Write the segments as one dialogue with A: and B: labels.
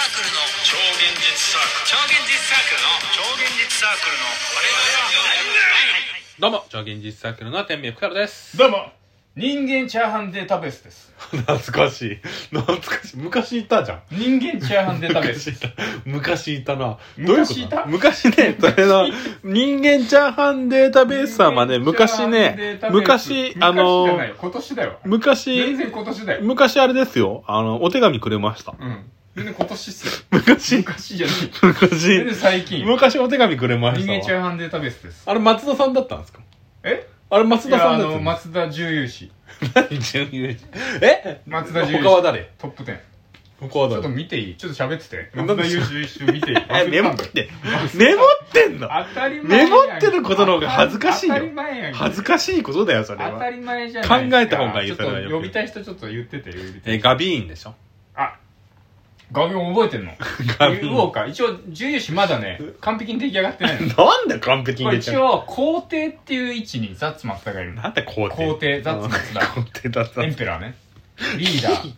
A: 超現実サークル超現実サークルの超現実サークルの我々は
B: どうも、超現実サークルの天命くかるです。
C: どうも人間チャーハンデータベースです
B: 懐かしい。懐かしい。昔いたじゃん。
C: 人間チャーハンデータベー
B: 昔
C: ス
B: いた。昔いたな。
C: 昔いた
B: どううこと昔ね、それの、人間チャーハンデータベースさんはね、
C: 人間チャー
B: 昔
C: ハンデ
B: ね
C: ータ、ベース
B: 昔、あ
C: 昔じゃ
B: の
C: な、い今年だよ全
B: 昔、
C: 然今年だよ
B: 昔あれですよ。あの、お手紙くれました。
C: うん全然今年っすよ
B: 昔、
C: 昔じゃない全
B: 昔
C: 然、最近人
B: 昔お手紙くれました
C: 間チ
B: わ。
C: ャーハンデータベースです
B: あれ、松田さんだったんですか
C: え
B: あれ、松
C: い
B: 田
C: や
B: さ
C: あ
B: んだっ
C: の
B: たんです
C: 松田重優氏
B: か何準優勝え
C: 松田重優
B: 他は誰
C: トップ10
B: 他は
C: ちょっと
B: 誰
C: 見ていいちょっと喋ってて
B: なんで
C: 松田重優一緒見ていい忘 れ
B: え、メモ
C: たん
B: っ
C: だよ
B: て、メモってんの
C: 当たり前やん
B: メモってることの方が恥ずかしいよ
C: 当たり前やん
B: 恥ずかしいことだよ、それ
C: 当た
B: は。
C: り前じゃないですか
B: 考えた方がいい
C: ちょっ
B: それはよ
C: と
B: く
C: 呼びたい人ちょっと言ってて呼びたい人
B: えー、ガビーンでしょ
C: あ、画面覚えてんの
B: 画面
C: 言おうか。一応、重油紙まだね、完璧に出来上がってないの。
B: なんで完璧
C: こ
B: に
C: れ
B: 出ち
C: 一
B: ゃう
C: 応、皇帝っていう位置にザッツマスターがいるの。
B: なんで皇帝
C: 皇帝ザッツマスター
B: うん皇帝ザッツマ
C: エン
B: スタ
C: ペラーね。リーダ ー、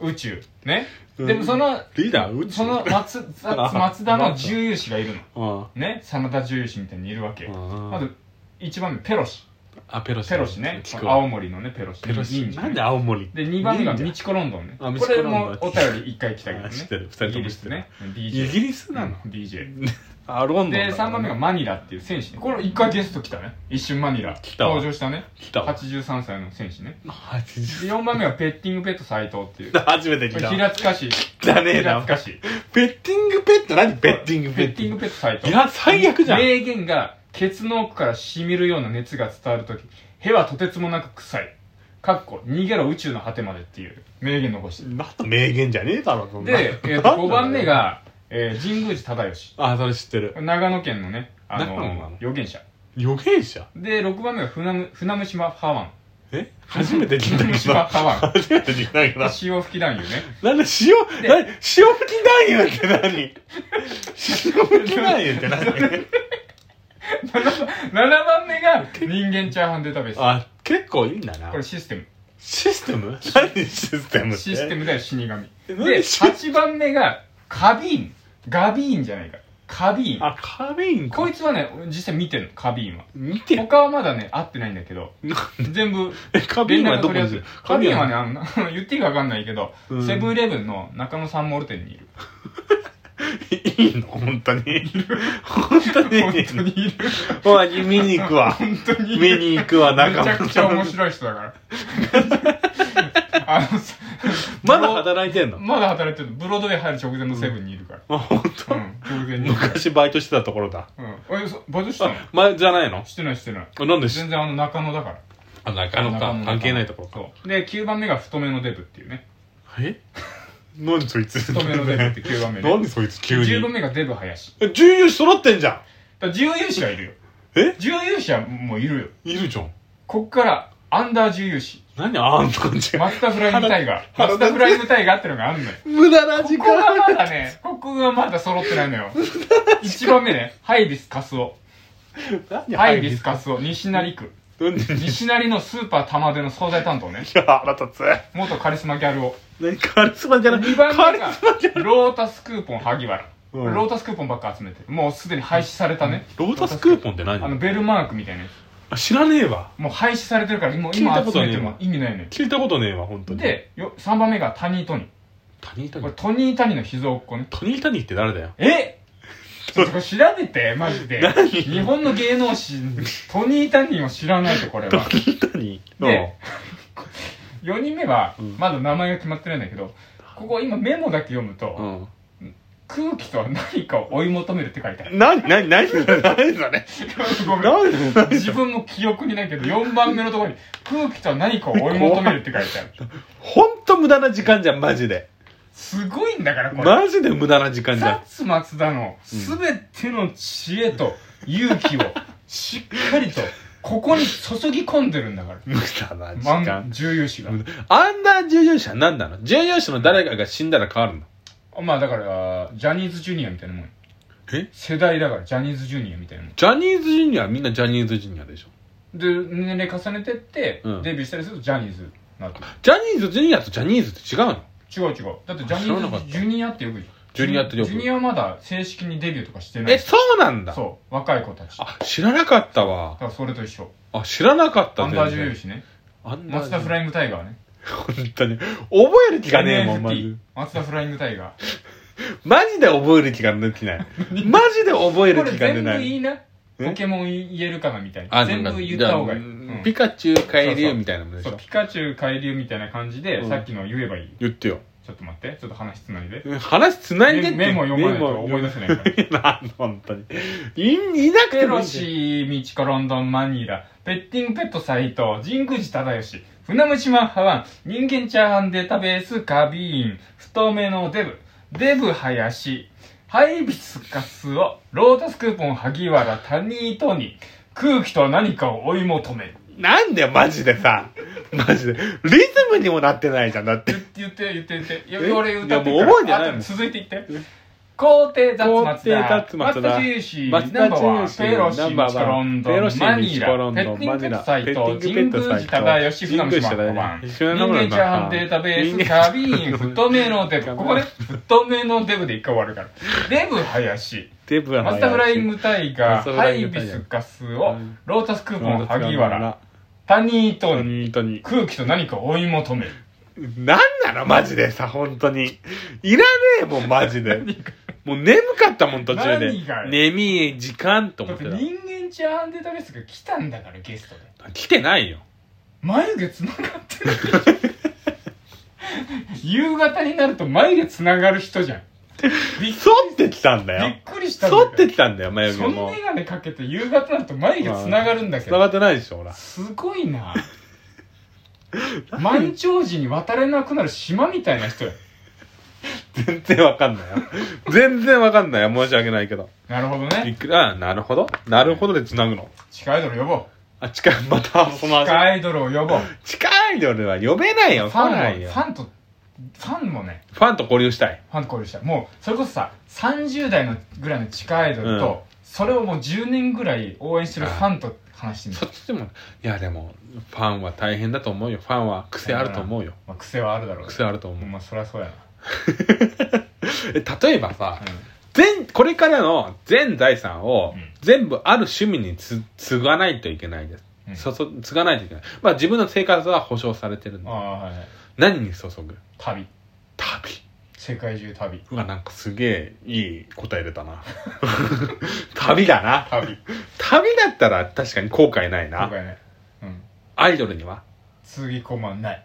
C: 宇宙、ね。
B: うん
C: でもその、
B: リーダー宇宙
C: その松、ザッツ松田の重油紙がいるの。
B: ー。
C: ね。真田重油紙みたいにいるわけ。
B: うん
C: まず、一番目、ペロシ。
B: あ、ペロシ。
C: ペロシね。
B: 聞くわ
C: 青森のね、ペロシ。
B: ペロシ。
C: 忍者
B: なんで青森
C: で、2番目が
B: 忍
C: ミ
B: 者
C: チコロンドンね。
B: あミチ
C: こ
B: コロ
C: れ
B: ンドン
C: もお便り1回来たけどね
B: あ。知ってる二人とも
C: イギリスね。
B: イ
C: DJ。
B: ギリスなの
C: うん DJ。
B: あ、ロンドンだ。
C: で、3番目がマニラっていう選手ね。これ一回ゲスト来たね。一瞬マニラ。
B: 来たわ
C: 登場したね。
B: 来たわ
C: 83歳の選手ね。で、
B: 80。
C: 4番目がペッティングペット斎藤っていう。
B: 初めて
C: こ
B: 来
C: れ
B: た。
C: 平塚市。
B: だねえ
C: 平
B: な。
C: 塚市。
B: ペッティングペット何ペッティングペ
C: ペ
B: ッ
C: ッ
B: ト
C: ティングペット斎藤。
B: いや、最悪じゃん。
C: 名言が、ケツの奥から染みるような熱が伝わるとき、へはとてつもなく臭い。かっこ、逃げろ宇宙の果てまでっていう名言残してる。
B: なんか名言じゃねえだろ、そんな
C: で、えーと、5番目。が、えー神宮寺忠義。
B: あ、それ知ってる。
C: 長野県のね、あ
B: 長野な
C: の
B: の、
C: 予言者。
B: 予言者
C: で、6番目が船む船虫島ハワン。
B: え 初めて聞いたけど
C: 船虫島
B: さ。
C: ハワン。
B: 初めて聞いたけ どな。
C: 潮吹き男優ね。
B: なんで塩、なに、塩吹き男優って何 塩吹き男優って何
C: 7番目が人間チャーハンデータベース。
B: あ、結構いいんだな
C: こ。れシステム。
B: システム何システムって。
C: システムだよ、死神。で、
B: なんでシ
C: 8番目がカビーン。ガビーンじゃないか。カビーン。
B: あ、カメイン
C: こ
B: か。
C: いつはね、実際見てんの、カビーンは。
B: 見てよ。
C: 他はまだね、会ってないんだけど、
B: なん
C: 全部、
B: でカメイ
C: 連
B: ンは
C: 絡
B: ど
C: 取
B: こ
C: り
B: にい
C: 合って
B: る
C: る。カビーンは
B: ね、
C: ね、あの、 言っていいかわかんないけど
B: う、ん
C: セブンイレブンの中野サンモル店にいる。
B: いいの本当に。 本当に。
C: 本当にいる。
B: おい見に行くわ。
C: 本当にいる。
B: 見に行くわ、
C: め
B: 中
C: ちゃくちゃ面
B: 村。
C: 白い人だ から。あの、 さ
B: まだ働いてんの
C: まだ働いてるブロードウェイ入る直前のセブンにいるから。
B: あ、本当
C: うん、直前にいるから。
B: 昔バイトしてたところだ。
C: うん。え、そバイトしたの
B: あ、前じゃないの
C: してないしてない。
B: あなんでし
C: 全然あの中野だから。
B: あ、中野
C: 中野
B: か。
C: の
B: 関係ないところか。
C: そう。で、9番目が太めのデブっていうね。
B: え何そいつ
C: 太め のデブって9番目 で。
B: 何そいつ急
C: 10番
B: に。
C: 目がデブ林。
B: え重油揃ってんじゃ
C: だから重優士はいるよ。
B: え
C: 重優士はもういるよ。
B: んいるじゃん。
C: こっから、アンダー重優士。
B: 何あんな感じ。
C: マスターフライムタイガ ー。マスターフライムタイガーってのがあんのよ。
B: 無駄な時
C: ここがまだね、ここがまだ揃ってないのよ。1番目ね、ハイビスカスオ。
B: 何
C: ハイビスカスオ、西成区。
B: 何い
C: 西成のスーパー玉出の惣菜担当ね。
B: や、腹立つ。
C: 元カリスマギャルを。
B: 何カリスマじゃない。
C: 2番
B: カ
C: 目
B: リ
C: が
B: スマじゃない。
C: ロータスクーポン萩原。
B: うん
C: ロータスクーポンばっか集めてる。もうすでに廃止されたね。
B: ロータスクーポンって
C: あの、
B: 何
C: ベルマークみたいなや
B: あ知らねえわ。
C: つもう廃止されてるから、もう
B: 聞いた
C: 今
B: こ
C: 集
B: とね
C: めても意味ないね。
B: 聞いたことねえわ、本当に。、
C: で、よ3番目がタニートニー。
B: トニータニ
C: これ
B: ー。
C: トニータニーの秘蔵っ子ね。
B: トニータニーって誰だよ。
C: えちょっとこれ調べて、マジで。
B: 何
C: 日本の芸能人、トニー・タニーを知らない と、これ
B: トニ
C: は。
B: ータニー。
C: で4人目は
B: ん、
C: まだ名前が決まってないんだけど、ここ今メモだけ読む
B: う
C: と、
B: ん。うん
C: 空気とは何かを追い求めるって書いてあ る。
B: 何何何それ何それ
C: ごめん
B: 何それ
C: 自分も記憶にないけど、4番目のところに、空気とは何かを追い求めるって書いてある。
B: ほんと無駄な時間じゃん、マジで。
C: すごいんだから、これ。
B: マジで無駄な時間じゃん
C: 薩。津松田のすべての知恵と勇気をしっかりと、ここに注ぎ込んでるんだから。
B: 無駄な時
C: 万
B: 間。
C: 重油脂が。
B: アンダー従業者は何なの従業者の誰かが死んだら変わるの
C: まあだから、ジャニーズジュニアみたいなもんよ。
B: え
C: 世代だから、ジャニーズジュニアみたいなもん。
B: ジャニーズジュニアはみんなジャニーズジュニアでしょ
C: で、年齢重ねてって、
B: うん
C: デビューしたりするとジャニーズになって
B: ジャニーズジュニアとジャニーズって違うの
C: る。違う違う。だってジャ
B: 知らな
C: ニ
B: かっ
C: ー
B: た
C: ズジュニアって呼ぶじゃん。
B: ジュニアってよく
C: ジュニアまだ正式にデビューとかしてない
B: えそうなんだ
C: そう若い子たちだか
B: あ知らなかったわ
C: らそれと一緒
B: あ知らなかった
C: アンダー女優しね
B: アンダー
C: 松田フライングタイガーね
B: 本当に覚える気がねえもんま
C: NFT
B: ず
C: 松田フライングタイガ
B: マジで覚える気が抜きないマジで覚え
C: ーこ
B: る
C: れ
B: 気が出
C: 全部
B: ない
C: いいな
B: え
C: ポケモン言えるかなみたい
B: あ
C: な全部言った方がいい、うん
B: ピカチュウ海流みたいなもんでし
C: そ
B: ょ
C: うピカチュウ海流みたいな感じで、
B: うん
C: さっきの言えばいい
B: 言ってよ
C: ちょっと待ってちょっと話つないで
B: 話つないでって
C: メメモ読まないと思い出せないから
B: メ モ本当にいいなく
C: ペ
B: てもい
C: ロ
B: いんだよ
C: シ、ミチコ、ロンドン、マニラ、ペッティングペット、サイト、神宮寺忠義、船虫マンハワン、人間チャーハンデータベース、カビーン、太めのデブ、デブ林、ハイビスカスを、ロータスクーポン、萩原、タニートニー、空気とは何かを追い求める。
B: なんだよマジでさマジでリズムにもなってないじゃんだって
C: 言って、言って、言って。いや
B: え
C: 俺歌って
B: いやもう覚えてないもん
C: あ続いていって。皇帝脱松
B: 皇
C: だ。
B: 帝脱松田
C: 松田重視。ナ
B: 松
C: ン
B: 田
C: バー
B: 重
C: ワン。
B: 視
C: ペロシ、
B: ナンバ
C: ミ
B: ー
C: チ
B: ワ
C: コロ
B: ン
C: ンドン、マニ
B: ペロシ
C: ラ、ペッティングペットサイ
B: ペ
C: ト、
B: ッティ
C: 神
B: ング
C: 宮
B: ペットサイ
C: 寺
B: ト
C: 忠義、船虫マン
B: 神宮寺忠義
C: 人間チャーハンデータベース、カビーン、太めのデブ。ここね、太めのデブで一回終わるから。デブ林。
B: デブは
C: マスターフライングタイ
B: マ
C: ガ
B: スター
C: ー、
B: フ
C: ハ
B: ライン
C: イ
B: グ
C: ビ
B: タイガー
C: スカスを
B: うん、
C: ロータスクーポン、萩原、
B: 本
C: タニートニー、
B: 当に
C: 空気と何かを追い求める。
B: なんなのマジでさ本当にいらねえもんマジでもう眠かったもん途中で
C: 何がよ
B: 眠い時間と思っ
C: だってて
B: た
C: 人間チャーハンデータベースが来たんだからゲストで
B: 来てないよ
C: 眉毛つながってる夕方になると眉毛つながる人じゃんびっ
B: 剃ってきたんだ
C: び
B: よ
C: っくりしたんだ
B: 剃って
C: けど
B: きたんだよ眉毛
C: その
B: も
C: 眼鏡かけて夕方になると眉毛つながるんだけ
B: 繋
C: ど
B: がってないでしょほら
C: すごいな満潮時に渡れなくなる島みたいな人や
B: 全然わかんないよ全然わかんないよ申し訳ないけど
C: なるほ
B: び
C: ど
B: っ
C: ね
B: くりあなるほどなるほどで繋ぐの
C: 地下アイドル呼ぼう
B: あ近いまたその
C: 地下アイドルを呼ぼう
B: 近いよ俺は呼べないよ
C: フ
B: 来な
C: ァン
B: い
C: も
B: よ
C: ファンとファンもね
B: ファンと交流したい
C: ファンと交流したもうそれこそさ30代のぐらいの地下アイドルと、
B: うん
C: それをもう10年ぐらい応援してるファンと話してみ
B: そ
C: た
B: っちでもいやでもファンは大変だと思うよファンは癖あると思うよ
C: まあ、癖はあるだろうけど
B: 癖あると思う
C: まあそりゃそうやな、
B: え例えばさ
C: うん
B: 全これからの全財産を
C: うん
B: 全部ある趣味につ継がないといけないです、
C: うん
B: そそ継がないといけないまあ自分の生活は保障されてるん
C: あ
B: で
C: あはいはい
B: 何に注ぐ
C: 旅
B: 旅
C: 世界中旅
B: うわなんかすげえいい答え出た な旅だな
C: 旅
B: 旅だったら確かに後悔ない
C: 今
B: な
C: 回ねうん
B: アイドルには
C: つぎ込まない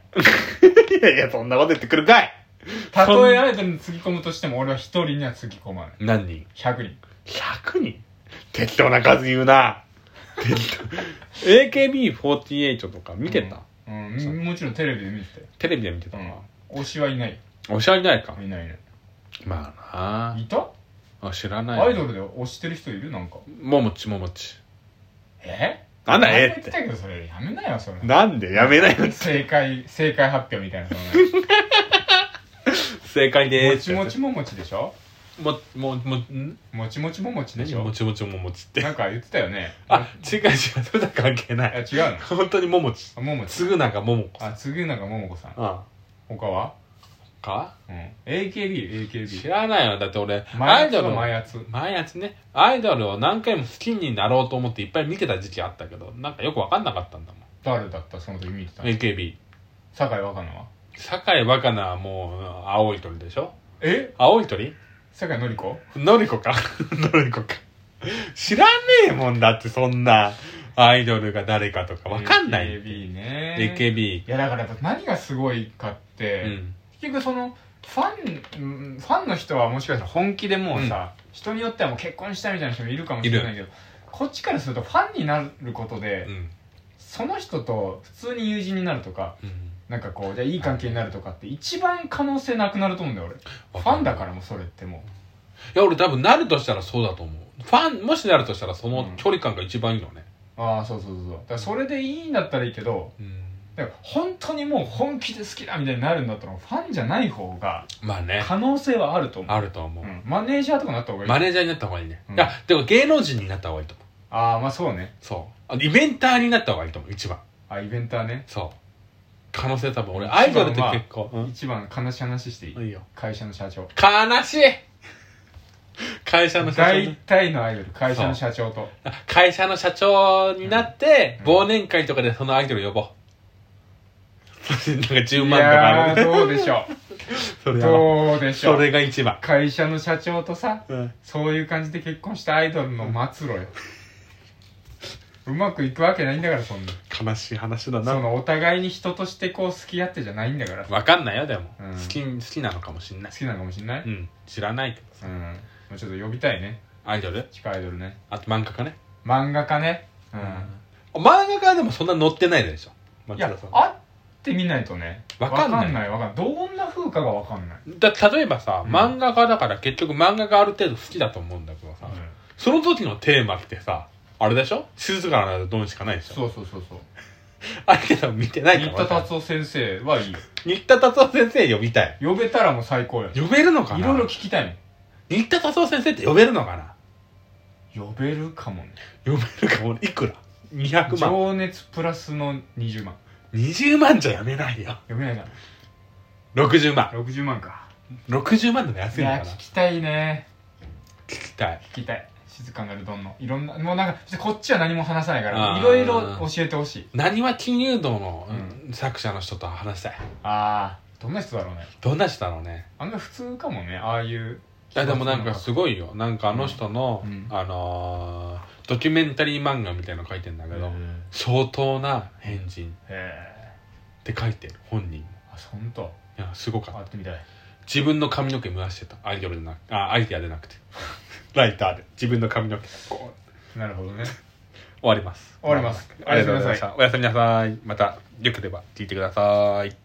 B: いやいやそんなこと言ってくるかい
C: たとえアイドルにつぎ込むとしても俺は一人にはつぎ込まない
B: 何人
C: 100人
B: 100人適当な数言うな適当 AKB48 とか見てた、
C: うん、うんもちろんテレビで見て
B: テレビで見て
C: た
B: た
C: よ
B: な、
C: うん推しはいない
B: おしゃれないか
C: いないね
B: まあ
C: いた、
B: なあ知らない
C: アイドルで推してる人いるなんか
B: ももちももち
C: え
B: なんだ
C: 前も
B: え
C: 言
B: っ
C: って
B: て
C: たけどそれやめなよそれ
B: なんでやめ ないの
C: 正解正解発表みたいなその
B: 正解で
C: ねもちもちももちでしょ
B: もももん
C: もちもちももちで
B: 何
C: し
B: も
C: ょ
B: ちもちももちって
C: なんか言ってたよね
B: あ違う違うそれとは関係ないい
C: や違うの
B: 本当にももち
C: あももち
B: すぐなんかももこ
C: あ次永ももこさん
B: あ
C: 他は
B: か
C: うん AKB
B: 知
C: AKB
B: らないよだって俺ア
C: 前
B: イド
C: や
B: ル
C: つは
B: を
C: 前やつ
B: 前やつねアイドルを何回も好きになろうと思っていっぱい見てた時期あったけどなんかよく分かんなかったんだもん
C: 誰だったその時見てたの
B: AKB
C: 酒井若菜は
B: 酒井若菜はもう青い鳥でしょ
C: え
B: 青い鳥
C: 酒井紀子
B: のりこか のりこか知らねえもんだってそんなアイドルが誰かとか分かんない
C: AKB ね
B: AKB
C: いやだからやっぱ何がすごいかっ
B: う
C: て、
B: ん
C: 結局そのファンうんファンの人はもしかしたら本気でもうさ、人によってはもう結婚したいみたいな人もいるかもしれないけどこっちからするとファンになることで、
B: うん
C: その人と普通に友人になるとか
B: うん
C: なんかこうじゃあいい関係になるとかって一番可能性なくなると思うんだよ俺ファンだからもうそれっても
B: いや俺多分なるとしたらそうだと思うファンもしなるとしたらその距離感が一番いいよね
C: うああそうそうそうそうだからそれでいいんだったらいいけど
B: うん
C: だから本当にもう本気で好きだみたいになるんだったらファンじゃない方が
B: まあね
C: 可能性はあると思う、
B: あると思う
C: うんマネージャーとかなった方がいい
B: マネージャーになった方がいいね、
C: うん
B: いやでも芸能人になった方がいいと思う
C: ああまあそうね
B: そうあのイベンターになった方がいいと思う一番
C: あイベンターね
B: そ可能性多分俺アイドルって結構、
C: 一番悲しい話していい、
B: うんいいよ
C: 会社の社長
B: 悲しい会社の社長
C: 大
B: に
C: 体のアイドル会社の社長と
B: 会社の社長になって、
C: うん
B: 忘年会とかでそのアイドル呼ぼうなんか10
C: い
B: 万とか
C: や
B: ある
C: ーどうでしょ
B: そうれは
C: どうでしょ
B: そうれが一番、
C: 会社の社長とさ
B: うん、
C: そういう感じで結婚したアイドルの 末路ようまくいくわけないんだからそんな
B: 悲しい話だ
C: そ
B: な
C: のお互いに人としてこう好き合ってじゃないんだから好
B: わかんないよでも、
C: うん
B: 好き好きなのかもしんない
C: きなのかもしんない
B: うん知らないけど
C: うんもうちょっと呼びたいね
B: アイドル
C: 地下アイドルね
B: あと漫画家ね
C: 漫画家ねうん
B: 漫画家はでもそんな載ってないでしょ
C: い
B: 松
C: や
B: 田さん
C: 会ってみないとね
B: わかんない
C: わかんないわかんないどんな風かがわかんない、
B: だ例えばさ、
C: うん
B: 漫画家だから結局漫画がある程度好きだと思うんだけどさ、その時のテーマってさあれでしょ静かなドンしかないでしょ
C: そうそうそうそう
B: あれけど見てないから
C: 新田達夫先生はいいよ
B: 新田達夫先生呼びたい
C: 呼べたらもう最高よ
B: 呼べるのか
C: い
B: な
C: ろいろ聞きたいもん
B: 新田達夫先生って呼べるのかな
C: 呼べるかもね
B: 呼べるかもいくら200万
C: 情熱プラスの20万
B: 20万じゃやめないよ
C: 呼べないな
B: 60万
C: 60万か
B: 60万でも安
C: い
B: いのか
C: や
B: な
C: 聞きたいね
B: 聞きたい
C: 聞きたい静かなるどんのいろんなもうなんかこっちは何も話さないか
B: あ
C: ら
B: ー
C: いろいろ教えてほしい
B: なにわ金融道の
C: う
B: 作者の人と話したい、
C: ああどんな人だろうね
B: どんな人だろうね
C: あんな普通かもねああいう
B: いやでもなんかすごいよなんかあの人の、
C: うん
B: あのードキュメンタリー漫画みたいなの書いてんだけど、
C: へ
B: 相当な変人っ
C: え
B: て書いてる本人い
C: あ本当
B: やすごかった
C: 会ってみたい
B: 自分の髪の毛蒸らしてたアイドルじゃなくあアイデアでなくて ライターで自分の髪の毛こう
C: なるほどね
B: 終わります
C: 終わります
B: ありがとうございましたおやすみなさいまたよければ聞いてください